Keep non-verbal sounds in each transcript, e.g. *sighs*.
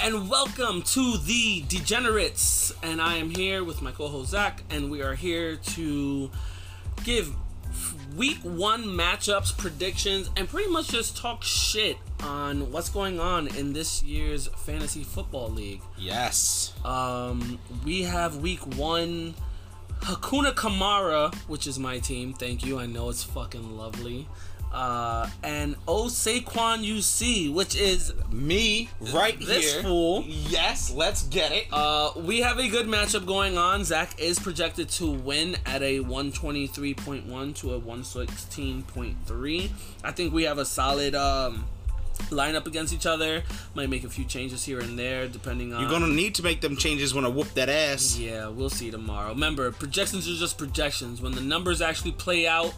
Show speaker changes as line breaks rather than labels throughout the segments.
and welcome to the Degenerates. And I am here with my co-host Zach, and we are here to give week one matchups, predictions, and pretty much just talk shit on what's going on in this year's fantasy football league.
Yes.
Um, we have week one Hakuna Kamara, which is my team. Thank you. I know it's fucking lovely. Uh, and O Saquon UC, which is
Me right
this
here.
fool.
Yes, let's get it.
Uh, we have a good matchup going on. Zach is projected to win at a 123.1 to a 116.3. I think we have a solid um, lineup against each other. Might make a few changes here and there, depending on.
You're gonna need to make them changes when I whoop that ass.
Yeah, we'll see tomorrow. Remember, projections are just projections. When the numbers actually play out,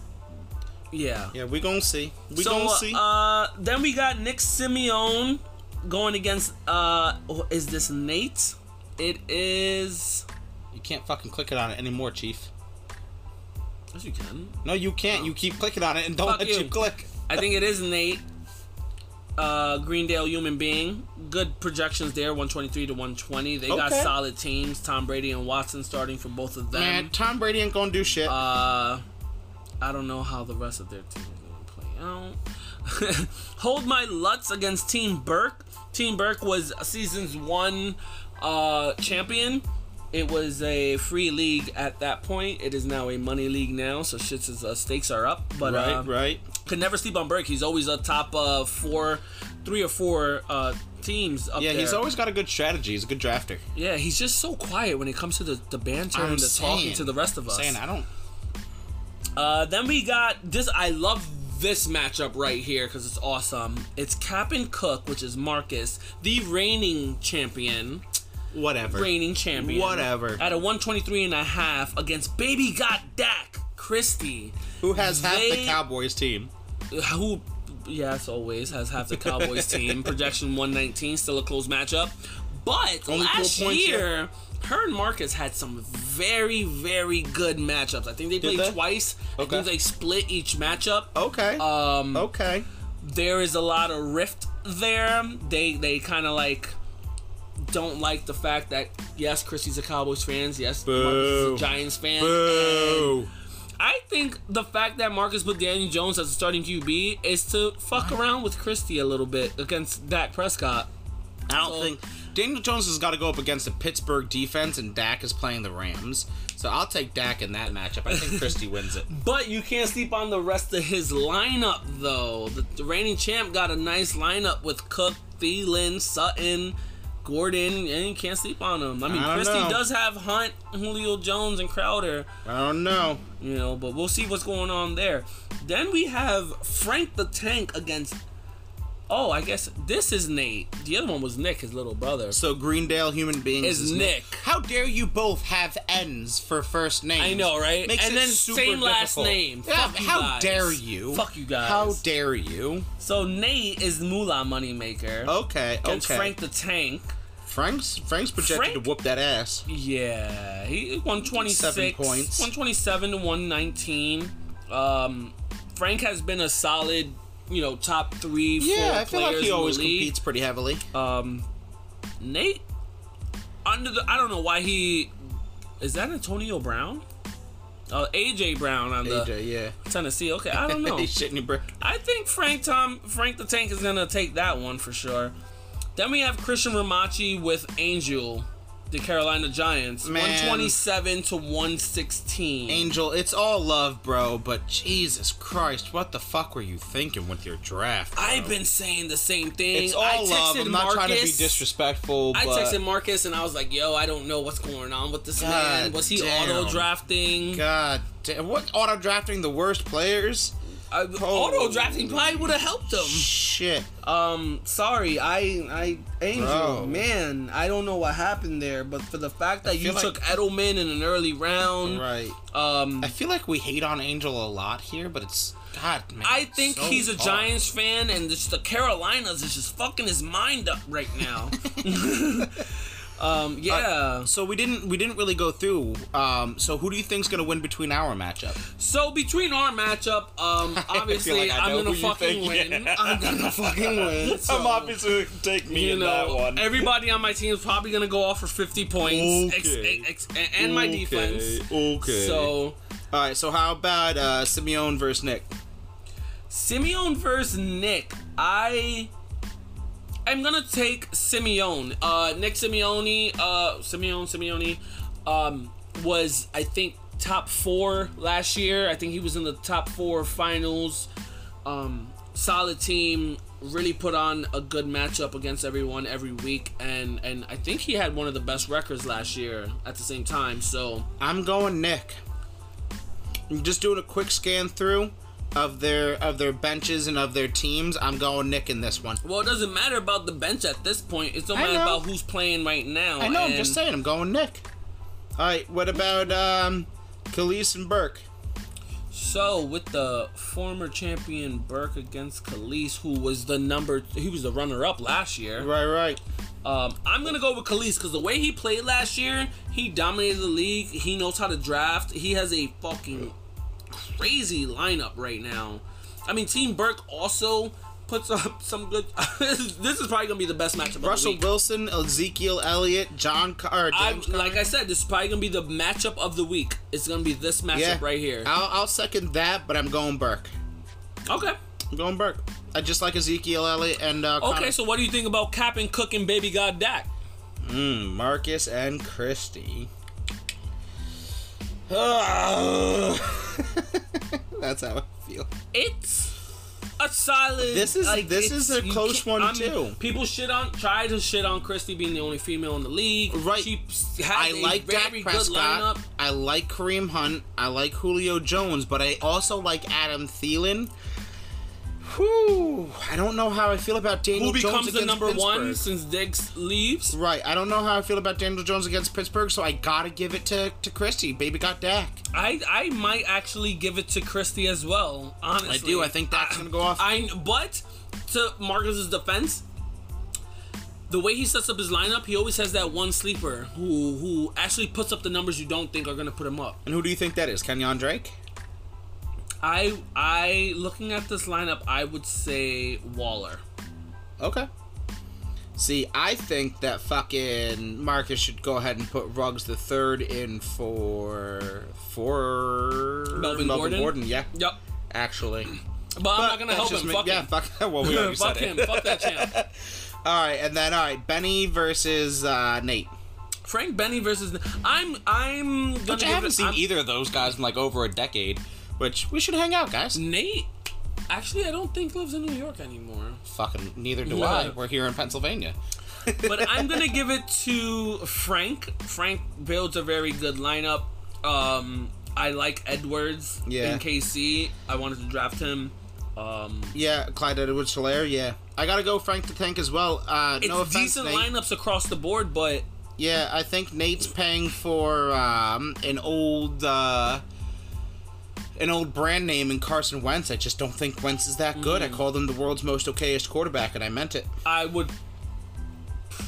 yeah.
Yeah, we gonna see. We
so,
gonna see.
Uh, then we got Nick Simeone going against. Uh, is this Nate? It is.
you can't fucking click it on it anymore, Chief.
Yes, you can.
No, you can't. You keep clicking on it and don't
Fuck
let
you.
you click.
I think it is Nate. Uh, Greendale human being. Good projections there, 123 to 120. They got
Okay.
solid teams. Tom Brady and Watson starting for both of them.
Man, Tom Brady ain't gonna do shit.
Uh, I don't know how the rest of their team is going to play out. *laughs* Hold my Lutz against Team Burke. Team Burke was season's one uh, champion. It was a free league at that point. It is now a money league now, so shit's is, uh, stakes are up. But
right,
uh,
right.
could never sleep on Burke. He's always a top uh, four, three or four uh, teams up
Yeah,
there.
he's always got a good strategy. He's a good drafter.
yeah. He's just so quiet when it comes to the, the banter
I'm
and the talking
saying.
to the rest of us.
Saying I don't.
Uh, then we got this. I love this matchup right here because it's awesome. It's Captain Cook, which is Marcus, the reigning champion,
Whatever.
reigning champion,
Whatever.
at a 123 and a half against Baby Got Dak Christie,
Who has half
They-
the Cowboys team?
who. Yes, always has half the
*laughs*
Cowboys team. Projection 119, still a close matchup. But
Only four
last
points, yeah.
year, her and Marcus had some very, very good matchups. I think they played
they?
twice. I
Okay. Oh.
think they split each matchup.
Okay.
Um,
okay.
there is a lot of rift there. They they kind of like don't like the fact that yes, Christie's a Cowboys fan. Yes, Marcus is
Boo.
a Giants fan. And
Boo.
I think the fact that Marcus put Daniel Jones as a starting QB is to fuck around with Christie a little bit against Dak Prescott.
I don't
So-
think Daniel Jones has got to go up against the Pittsburgh defense, and Dak is playing the Rams. So I'll take Dak in that matchup. I
*laughs*
think Christie wins it.
But you can't sleep on the rest of his lineup, though. The, the reigning champ got a nice lineup with Cook, Thielen, Sutton, Gordon, and you can't sleep on him. I mean,
I don't
Christie
know.
does have Hunt, Julio Jones, and Crowder,
I don't know.
you know, but we'll see what's going on there. Then we have Frank the Tank against. Oh, I guess this is Nate. The other one was Nick, his little brother.
So Greendale human beings
Is
is,
Nick.
How dare you both have N's for first names?
I know, right?
Makes
And
it
then
super
same last
difficult.
name.
Yeah,
Fuck you
how
guys.
dare you?
Fuck you guys.
How dare you?
So Nate is Moolah Moneymaker.
Okay,
Against
Oh, okay.
Frank the Tank.
Frank's Frank's projected
Frank-
to whoop that ass.
Yeah, he won 26
Seven points.
127 to 119. Um, Frank has been a solid, you know, top three,
Yeah,
four
I feel
players
like he
in
always
the league.
competes pretty heavily.
Um, Nate, under the, I don't know why he is that Antonio Brown, uh, AJ Brown on the
AJ, yeah.
Tennessee. Okay, I
*laughs*
*laughs* don't know.
He's shitting your brain.
I think Frank Tom Frank the Tank is gonna take that one for sure. Then we have Christian Ramachi with Angel, the Carolina Giants,
Man.
one twenty seven to one sixteen.
Angel, it's all love, bro, but Jesus Christ, what the fuck were you thinking with your draft? bro?
I've been saying the same thing.
It's all
I
love.
texted
I'm not trying to be
Marcus.
disrespectful,
I
but
texted Marcus and I was like, "Yo, I don't know what's going on with this man.
God
Was he
damn.
auto drafting?
God damn, what auto drafting the worst players?
Auto drafting Uh, probably would have helped him."
Shit.
Um, sorry, I, I, Angel,
Bro.
man, I don't know what happened there, but for the fact that you
feel
took
like-
Edelman in an early round,
Right.
um,
I feel like we hate on Angel a lot here, but it's God, man.
I
it's
think
so
he's a
hard.
Giants fan,
*laughs*
and this, the Carolinas is just fucking his mind up right now. Um, yeah.
So we didn't we didn't really go through. Um, so who do you think's gonna win between our matchup?
so between our matchup, um, obviously
like *laughs* I
I'm
know
gonna
who you
fucking
think,
win.
yeah.
I'm gonna
*laughs*
fucking win. So,
I'm obviously gonna take me
you
in
know,
that one.
everybody on my team is probably gonna go off for 50 points, ex-
Okay.
ex- and- and my defense.
Okay.
So
All right. So how about uh, Simeone versus Nick?
Simeon versus Nick. I I'm gonna take Simeone. Uh, Nick Simeone. Uh, Simeone Simeone um, was I think top four last year. I think he was in the top four finals. Um, solid team. Really put on a good matchup against everyone every week, and and I think he had one of the best records last year at the same time. So
I'm going Nick. I'm just doing a quick scan through of their of their benches and of their teams. I'm going Nick in this one.
well, it doesn't matter about the bench at this point. It's don't
I
matter
know.
about who's playing right now.
I know. I'm just
and-
saying. I'm going Nick. All right. What about um, Khalees and Burke?
So with the former champion Burke against Khalees, who was the number, he was the runner-up last year.
Right. Right.
Um, I'm gonna go with Khalees because the way he played last year, he dominated the league. He knows how to draft. He has a fucking crazy lineup right now. I mean, Team Burke also puts up some good. *laughs* this is probably gonna be the best matchup. of the
Russell
week.
Wilson, Ezekiel Elliott, John Carr.
I, like I said, this is probably gonna be the matchup of the week. It's gonna be this matchup right here.
I'll, I'll second that, but I'm going Burke.
Okay.
I'm going Burke. I just like Ezekiel Elliott and uh,
Okay.
Connor-
So what do you think about Cap and Cook and Baby God Dak?
Mm, Marcus and Christie. Ah. *laughs* That's how I feel.
it's a solid.
This is- this
it's-
is a
you
close
can't-
one,
I mean,
too.
People shit on try to shit on Christy being the only female in the league.
Right.
She has
I
a
like Dak
very good
Prescott.
lineup.
I like Kareem Hunt. I like Julio Jones, but I also like Adam Thielen. Whew. I don't know how I feel about Daniel
Who
Jones
becomes the
against
number one
Pittsburgh.
since Diggs leaves?
Right. I don't know how I feel about Daniel Jones against Pittsburgh, so I gotta give it to to Christie. Baby got Dak.
I I might actually give it to Christy as well. Honestly,
I do. I think Dak's gonna go off.
I but to Marcus's defense, the way he sets up his lineup, he always has that one sleeper who who actually puts up the numbers you don't think are gonna put him up.
and who do you think that is? Kenyon Drake.
I I looking at this lineup, I would say Waller.
Okay. See, I think that fucking Marcus should go ahead and put Ruggs the third in for for
Melvin Gordon?
Yeah,
Yep.
actually.
But, I'm not gonna
that's
help
just
him.
me-
Fuck
yeah,
him.
fuck. *laughs* Well, we already
*laughs*
said
Fuck
it.
him. Fuck that
*laughs*
champ.
All right, and then all right, Benny versus uh, Nate.
Frank Benny versus. I'm I'm gonna
Which I
give
haven't
it,
seen
I'm-
either of those guys in like over a decade. Which we should hang out, guys.
Nate. Actually, I don't think lives in New York anymore.
Fucking neither do
No.
I. We're here in Pennsylvania.
But I'm gonna give it to Frank. Frank builds a very good lineup. Um, I like Edwards
Yeah.
in KC. I wanted to draft him. Um,
Yeah, Clyde Edwards Hilaire, yeah. I gotta go Frank the Tank as well. Uh
it's
no offense,
decent
Nate.
lineups across the board, but
Yeah, I think Nate's paying for um an old uh an old brand name in Carson Wentz. I just don't think Wentz is that good. I
Mm.
called him the world's most okayest quarterback and I meant it.
I would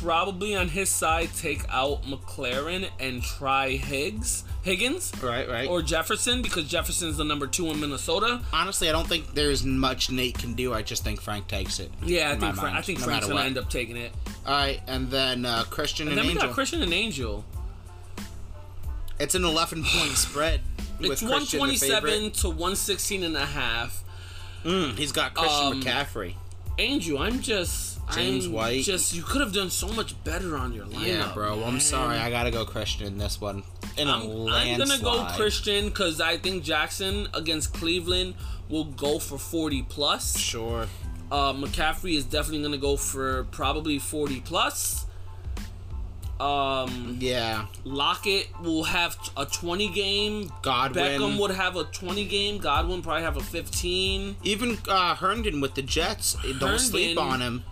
probably on his side take out McLaren and try Higgs, Higgins,
Right, right.
or Jefferson because Jefferson's the number two in Minnesota.
Honestly, I don't think there's much Nate can do. I just think Frank takes it.
Yeah, I
in my
think Fra-
mind,
I think
no
Frank's
matter
gonna
what.
end up taking it.
All right, and then uh, Christian and,
And then we
Angel.
got Christian and Angel.
it's an 11 point spread. with
It's
Christian the favorite.
127 to 116 and a half.
Mm, he's got Christian
Um,
McCaffrey.
Angel, I'm just
James
I'm
White.
Just you could have done so much better on your lineup.
Yeah, bro. I'm
man.
sorry. I gotta go Christian in this one. In a
I'm, I'm gonna
landslide.
go Christian because I think Jackson against Cleveland will go for 40 plus.
Sure.
Uh, McCaffrey is definitely gonna go for probably 40 plus. Um,
Yeah.
Lockett will have t- a 20 game.
Godwin.
Beckham would have a 20 game. Godwin probably have a 15.
Even uh, Herndon with the Jets. eh, Don't sleep
Herndon.
on him.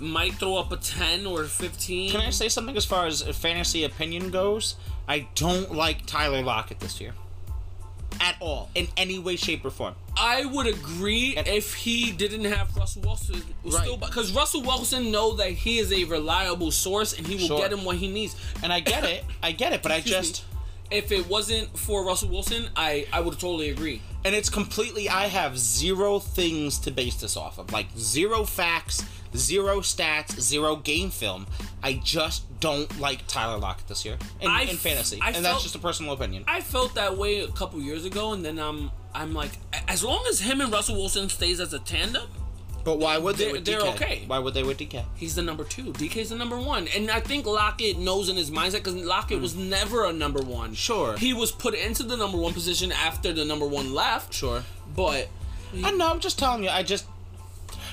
Might throw up a 10 or 15.
Can I say something as far as fantasy opinion goes? I don't like Tyler Lockett this year. at all in any way, shape, or form.
I would agree if he didn't have Russell Wilson,
Right.
because Russell Wilson know that he is a reliable source and he will
Sure.
get him what he needs.
And I get it, I get it, but I
Excuse
just
me. if it wasn't for Russell Wilson, I I would totally agree.
and it's completely. I have zero things to base this off of, like zero facts, zero stats, zero game film. I just don't like Tyler Lockett this year in,
I
in
f-
fantasy,
I
and
felt-
that's just a personal opinion.
I felt that way a couple years ago, and then I'm I'm like, as long as him and Russell Wilson stays as a tandem,
but why would they?
They're-
with
they're
DK?
okay.
Why would they with DK?
he's the number two. DK's the number one, and I think Lockett knows in his mindset because Lockett was never a number one.
Sure.
he was put into the number one position after the number one left.
Sure.
but
I know. I'm just telling you. I just,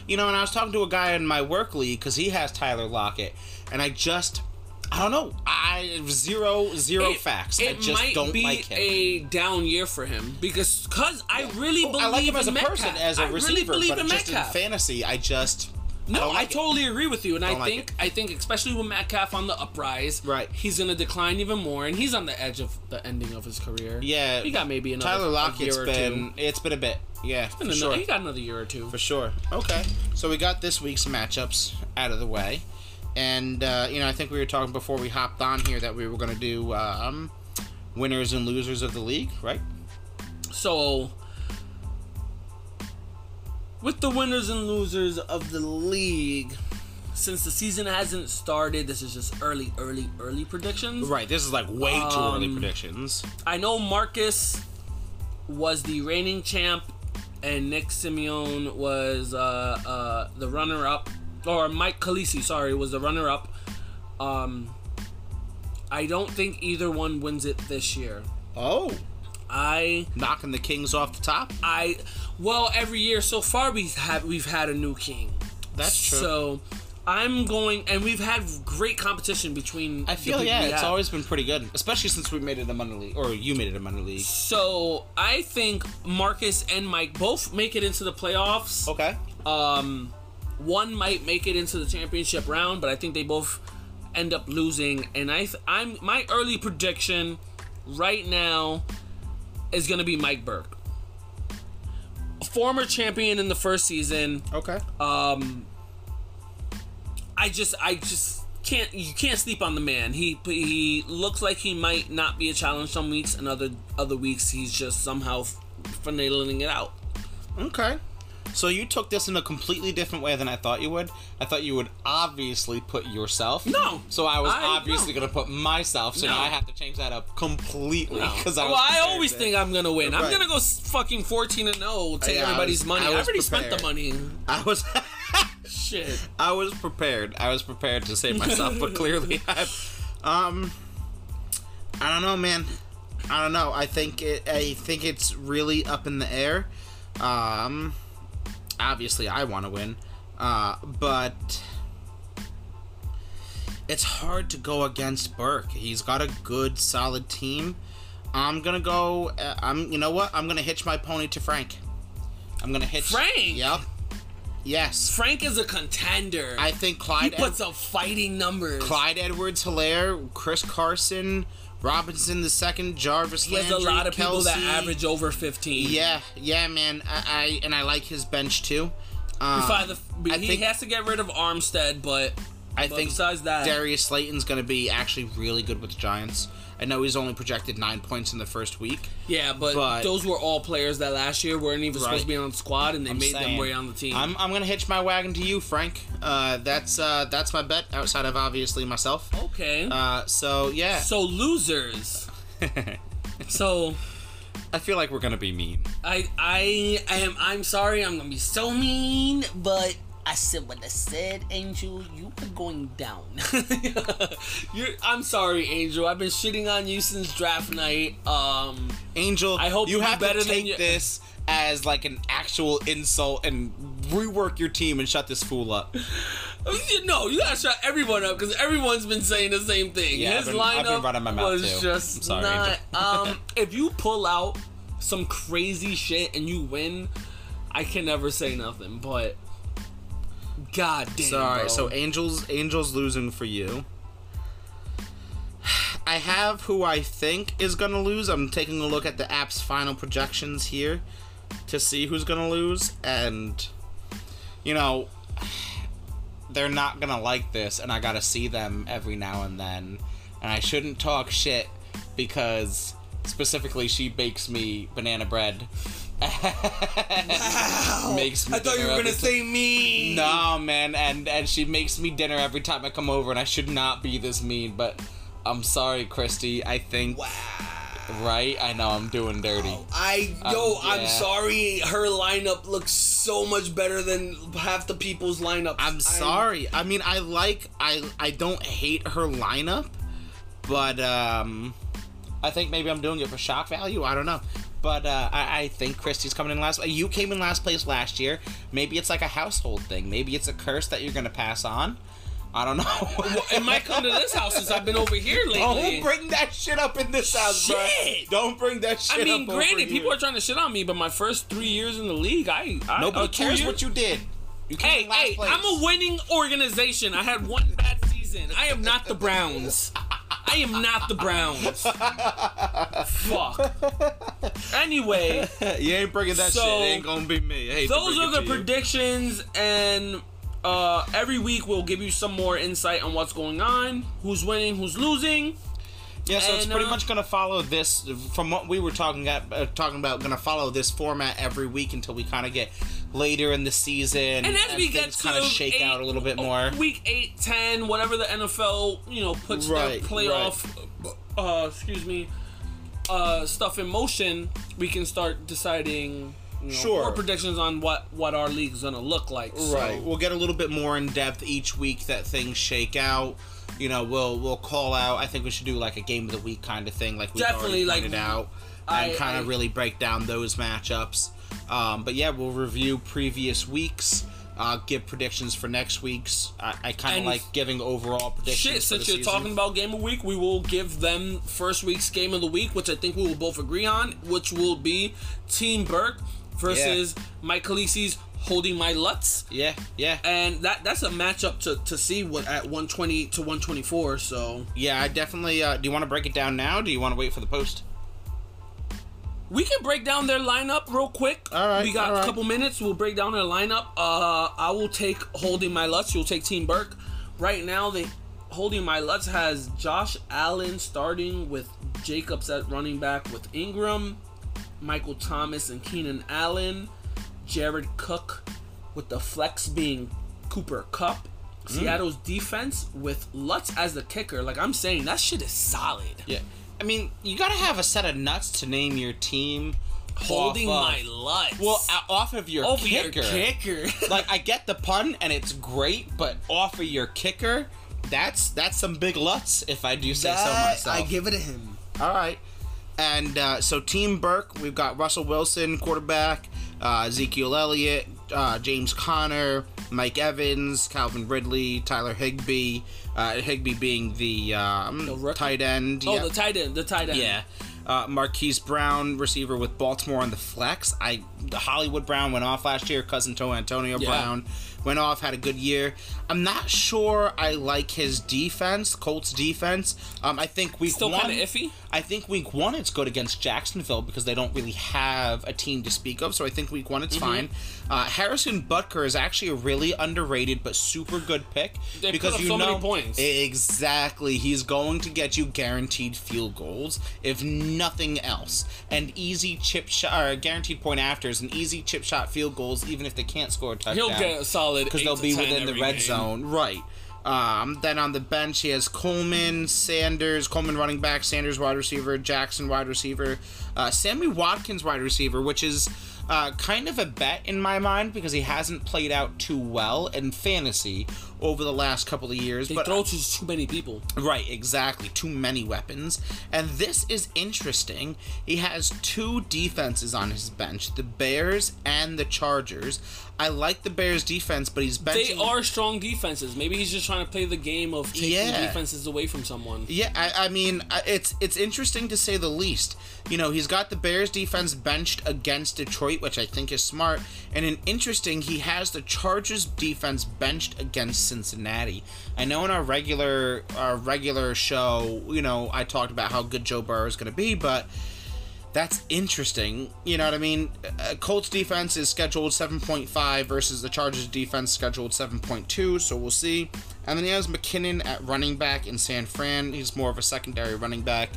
you know, and I was talking to a guy in my work league because he has Tyler Lockett, and I just, I don't know. I have zero, zero
it-
facts.
It
I just
might
don't
be
like him.
a down year for him because cause I really
Oh,
believe
I like him as a
in
person,
Metcalf.
as
I
a
really
receiver,
believe
but
in
just
Metcalf.
in fantasy, I just.
No, I,
don't like it.
totally agree with you, and I
Don't like
think
it.
I think especially with Metcalf on the uprise,
Right.
He's gonna decline even more, and he's on the edge of the ending of his career.
Yeah,
he got maybe another
Tyler
a
Lockett's
year or
been.
two.
It's been a bit. Yeah, for
Another-
sure.
He got another year or two.
For sure. Okay. So we got this week's matchups out of the way. And, uh, you know, I think we were talking before we hopped on here that we were going to do um, winners and losers of the league, right?
So, with the winners and losers of the league, since the season hasn't started, this is just early, early, early predictions.
Right. This is like way too early
Um,
predictions.
I know Marcus was the reigning champ, and Nick Simeone was uh, uh, the runner-up, or Mike Khaleesi, sorry, was the runner-up. Um, I don't think either one wins it this year.
Oh,
I
knocking the Kings off the top.
I well every year so far we've had we've had a new king.
That's true.
So I'm going and we've had great competition between
I
the
feel
people
yeah,
we
it's
have.
always been pretty good, especially since we made it a minor league, or you made it a minor league.
so I think Marcus and Mike both make it into the playoffs.
Okay.
Um one might make it into the championship round, but I think they both end up losing and I th- I'm my early prediction right now is going to be Mike Burke. Former champion in the first season,
Okay.
um i just i just can't you can't sleep on the man he he looks like he might not be a challenge some weeks and other other weeks he's just somehow f- finagling it
*laughs*
out
Okay. So you took this in a completely different way than I thought you would. I thought you would obviously put yourself.
No.
So I was
I-
obviously
no.
going to put myself. So
No.
now I have to change that up completely because I.
well
was
i
prepared
always
to-
think i'm gonna win i'm
Right.
gonna go s- fucking 14 and 0 take
Yeah, I
everybody's
was-
money i,
I was
already spent
prepared.
the money
I was. *laughs*
shit
I was prepared. I was prepared to save myself, but clearly, I, um, I don't know, man. I don't know. I think it, I think it's really up in the air. Um, obviously, I want to win, uh, but it's hard to go against Burke. He's got a good, solid team. I'm gonna go. Uh, I'm. You know what? I'm gonna hitch my pony to Frank. I'm gonna hitch
Frank?
Yep. Yes.
frank is a contender
I think Clyde Ed-
puts up fighting numbers
Clyde Edwards Hilaire, Chris Carson, Robinson the second, Jarvis
he has a
Landry,
lot of people that
Kelsey.
average over 15
Yeah, yeah, man. I, I and I like his bench too. Um,
By the,
I
he
think-
has to get rid of armstead but
I
but
think
besides that-
Darius Slayton's going to be actually really good with the Giants. I know he's only projected nine points in the first week.
Yeah, but,
But-
those were all players that last year weren't even supposed
Right.
to be on the squad, and they made them
saying.
way on the team.
I'm, I'm gonna hitch my wagon to you, Frank. Uh, that's uh, that's my bet outside of obviously myself.
okay.
Uh, so yeah,
so
*laughs*
losers. so
I feel like we're gonna be mean.
I I am I'm sorry I'm gonna be so mean, but I said what I said, Angel. You are going down. *laughs* You're I'm sorry, Angel. I've been shitting on you since draft night. Um,
Angel,
I hope
you
you
have
better
to
than
take
you-
this as like an actual insult and rework your team and shut this fool up.
*laughs* no, you gotta shut everyone up because everyone's been saying the same thing.
Yeah, I've
His
been-
lineup
I've been running my mouth,
was
too.
just
I'm sorry, *laughs*
not.
Angel.
um, if you pull out some crazy shit and you win, I can never say nothing. But god damn,
So all right,
bro.
so Angels Angels losing for you. *sighs* I have who I think is going to lose. I'm taking a look at the app's final projections here to see who's going to lose. And, you know, *sighs* they're not going to like this. And I got to see them every now and then. And I shouldn't talk shit because specifically she bakes me banana bread. *laughs*
Ow.
Makes me
I thought you were
dinner
gonna
every
say me.
No, man, and and she makes me dinner every time I come over, and I should not be this mean, but I'm sorry, Christy. I think
Wow.
right. I know I'm doing dirty.
I yo,
Um,
I'm
yeah.
sorry. Her lineup looks so much better than half the people's lineups.
I'm sorry. I mean, I like I I don't hate her lineup, but um, I think maybe I'm doing it for shock value. I don't know. But uh, I, I think Christy's coming in last. You came in last place last year. Maybe it's like a household thing. Maybe it's a curse that you're gonna pass on. I don't know.
It might come
*laughs*
to this house since I've been over here lately.
Don't bring that shit up in this house, bro.
Shit.
Don't bring that shit
I
up.
mean,
over
granted, people
here.
are trying to shit on me, but my first three years in the league, I, I
Nobody
uh, two
cares
years-
what you did. You came
Hey,
in last
hey,
place.
I'm a winning organization. I had one bad season. I am not the Browns. I am not the Browns. Fuck.
*laughs*
Anyway,
you ain't bringing that
So,
shit. It ain't gonna be me. I hate to
those
bring
are
it
the
to you.
predictions, and uh, every week we'll give you some more insight on what's going on, who's winning, who's losing.
Yeah, so it's
and,
pretty
uh,
much gonna follow this from what we were talking at, uh, talking about. Gonna follow this format every week until we kind of get later in the season and
as we get
things kind of
to
shake
eight-
out a little bit more.
Week 8, 10, whatever the NFL, you know, puts
Right,
their playoff, uh, excuse me, uh, stuff in motion, we can start deciding, you know,
Sure.
more predictions on what, what our league's going to look like.
Right.
So,
We'll get a little bit more in depth each week that things shake out. You know, we'll we'll call out. I think we should do like a game of the week kind of thing, like we
Definitely,
already
like,
pointed out,
I-
and kind
I-
of really break down those matchups. Um, but yeah, we'll review previous weeks. Uh, give predictions for next week's. I, I kind
And-
of like giving overall predictions.
Shit,
for
since
the
you're
season.
talking about game of the week, we will give them first week's game of the week, which I think we will both agree on, which will be Team Burke versus Mike Khaleesi's Holding My Lutz.
Yeah, yeah,
And that that's a matchup to, to see what at 120 to 124, so
yeah. I definitely. Uh, do you want to break it down now? Do you want to wait for the post?
We can break down their lineup real quick.
All right,
We got
all right.
a couple minutes. We'll break down their lineup. Uh, I will take holding my Lutz. You'll take Team Burke. Right now, they holding my Lutz has Josh Allen starting with Jacobs at running back with Ingram, Michael Thomas and Keenan Allen, Jared Cook with the flex being Cooper Cup.
Mm.
Seattle's defense with Lutz as the kicker. Like I'm saying, that shit is solid.
Yeah. I mean, you gotta have a set of nuts to name your team.
Holding
off of-
my Lutz.
Well, o- off of your
over
kicker.
your kicker. *laughs*
like I get the pun and it's great, but off of your kicker, that's that's some big lutz if I do say so
That,
myself.
I give it to him.
All right. And uh, so, Team Burke, we've got Russell Wilson, quarterback, uh, Ezekiel Elliott, uh, James Connor, Mike Evans, Calvin Ridley, Tyler Higbee. Uh, Higbee being the, um,
rookie.
tight end.
Oh,
yeah.
the tight end. The tight end.
Yeah. Uh, Marquise Brown, receiver with Baltimore on the flex. I the Hollywood Brown went off last year. Cousin to Antonio
Yeah.
Brown went off, had a good year. I'm not sure I like his defense, Colts defense. Um, I think week
Still
one,
kinda iffy?
I think week one it's good against Jacksonville because they don't really have a team to speak of. So I think week one
Mm-hmm.
it's fine. Uh, Harrison Butker is actually a really underrated but super good pick
They put up so many points.
Exactly. He's going to get you guaranteed field goals, if nothing else. An easy chip shot, or guaranteed point afters, an easy chip shot field goals, even if they can't score a touchdown.
He'll get a solid
because
eight
they'll
to
be
10
within the
every
red
game.
zone, right? Um, then on the bench, he has Coleman, Sanders, Coleman running back, Sanders wide receiver, Jackson wide receiver, uh, Sammy Watkins wide receiver, which is uh, kind of a bet in my mind because he hasn't played out too well in fantasy over the last couple of years.
They
but
throw to too many people.
Right, exactly. Too many weapons. And this is interesting. He has two defenses on his bench the Bears and the Chargers. I like the Bears defense, but he's
They
benching.
are strong defenses. Maybe he's just trying to play the game of taking
Yeah.
defenses away from someone.
Yeah, I, I mean, I- it's it's interesting to say the least. You know, he's got the Bears defense benched against Detroit, point, which I think is smart. And an interesting, he has the Chargers defense benched against Cincinnati. I know in our regular our regular show, you know, I talked about how good Joe Burrow is going to be, but that's interesting. You know what I mean? Uh, Colts defense is scheduled 7.5 versus the Chargers defense scheduled 7.2, so we'll see. And then he has McKinnon at running back in San Fran. He's more of a secondary running back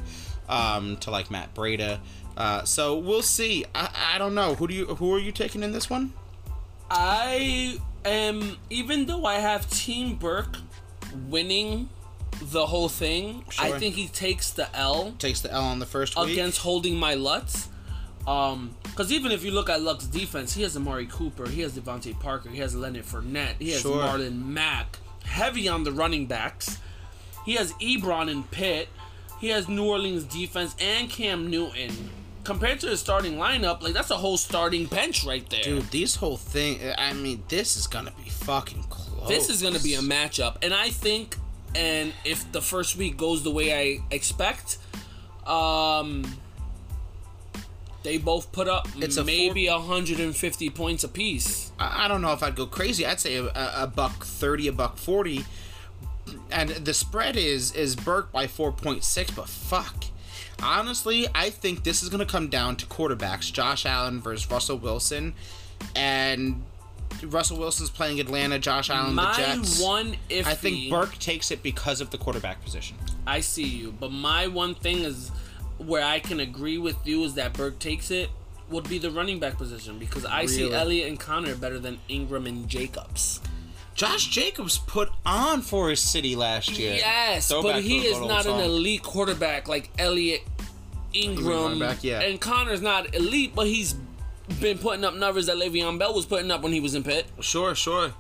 um, to like Matt Breda. Uh, so we'll see. I, I don't know. Who do you who are you taking in this one?
I am, even though I have Team Burke winning the whole thing, I
Sure.
think he takes the L
Takes the L on the first week.
against holding my Lutz. Um, because even if you look at Luck's defense, he has Amari Cooper, he has Devontae Parker, he has Leonard Fournette, he has
Sure.
Marlon Mack, heavy on the running backs. He has Ebron and Pitt. He has New Orleans defense and Cam Newton. Compared to his starting lineup, like that's a whole starting bench right there.
Dude, these whole thing. I mean, this is gonna be fucking close.
This is going to be a matchup, and I think, and if the first week goes the way I expect, um, they both put up
It's a
maybe 150 points apiece.
I I don't know if I'd go crazy. I'd say a, a a buck thirty, a buck forty, and the spread is is Burke by four point six. But fuck, honestly, I think this is gonna come down to quarterbacks: Josh Allen versus Russell Wilson, and Russell Wilson's playing Atlanta. Josh Allen,
My
the Jets.
one iffy.
I think Burke takes it because of the quarterback position.
I see you, but my one thing is where I can agree with you is that Burke takes it would be the running back position because I see
Really?
Elliott and Connor better than Ingram and Jacobs.
Josh Jacobs put on for his city last year.
Yes,
Throwback
but
to
he
a good
is
old
not an
song.
elite quarterback like Elliott Ingram.
running back, yeah.
And Connor's not elite, but he's been putting up numbers that Le'Veon Bell was putting up when he was in Pitt.
Sure, sure.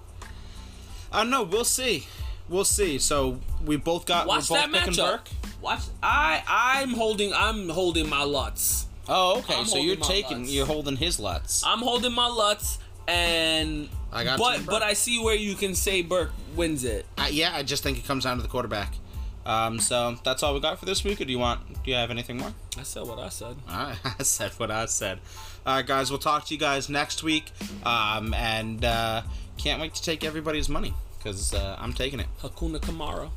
I don't know. We'll see. We'll see. So we both got.
Watch
we're
that
both picking
matchup.
Burke?
Watch I I'm holding I'm holding my Lutz.
Oh, okay.
I'm
so you're
holding my
taking.
Lutz.
You're holding his Lutz.
I'm holding my Lutz and
I got
but
Tim Burke.
but I see where you can say Burke wins it.
I, yeah, I just think it comes down to the quarterback. Um, so that's all we got for this week. Or do you want? Do you have anything more?
I said what *laughs* I said.
All right, I said what I said. All right, guys. We'll talk to you guys next week. Um, and uh, can't wait to take everybody's money because uh, I'm taking it.
Hakuna Kamara.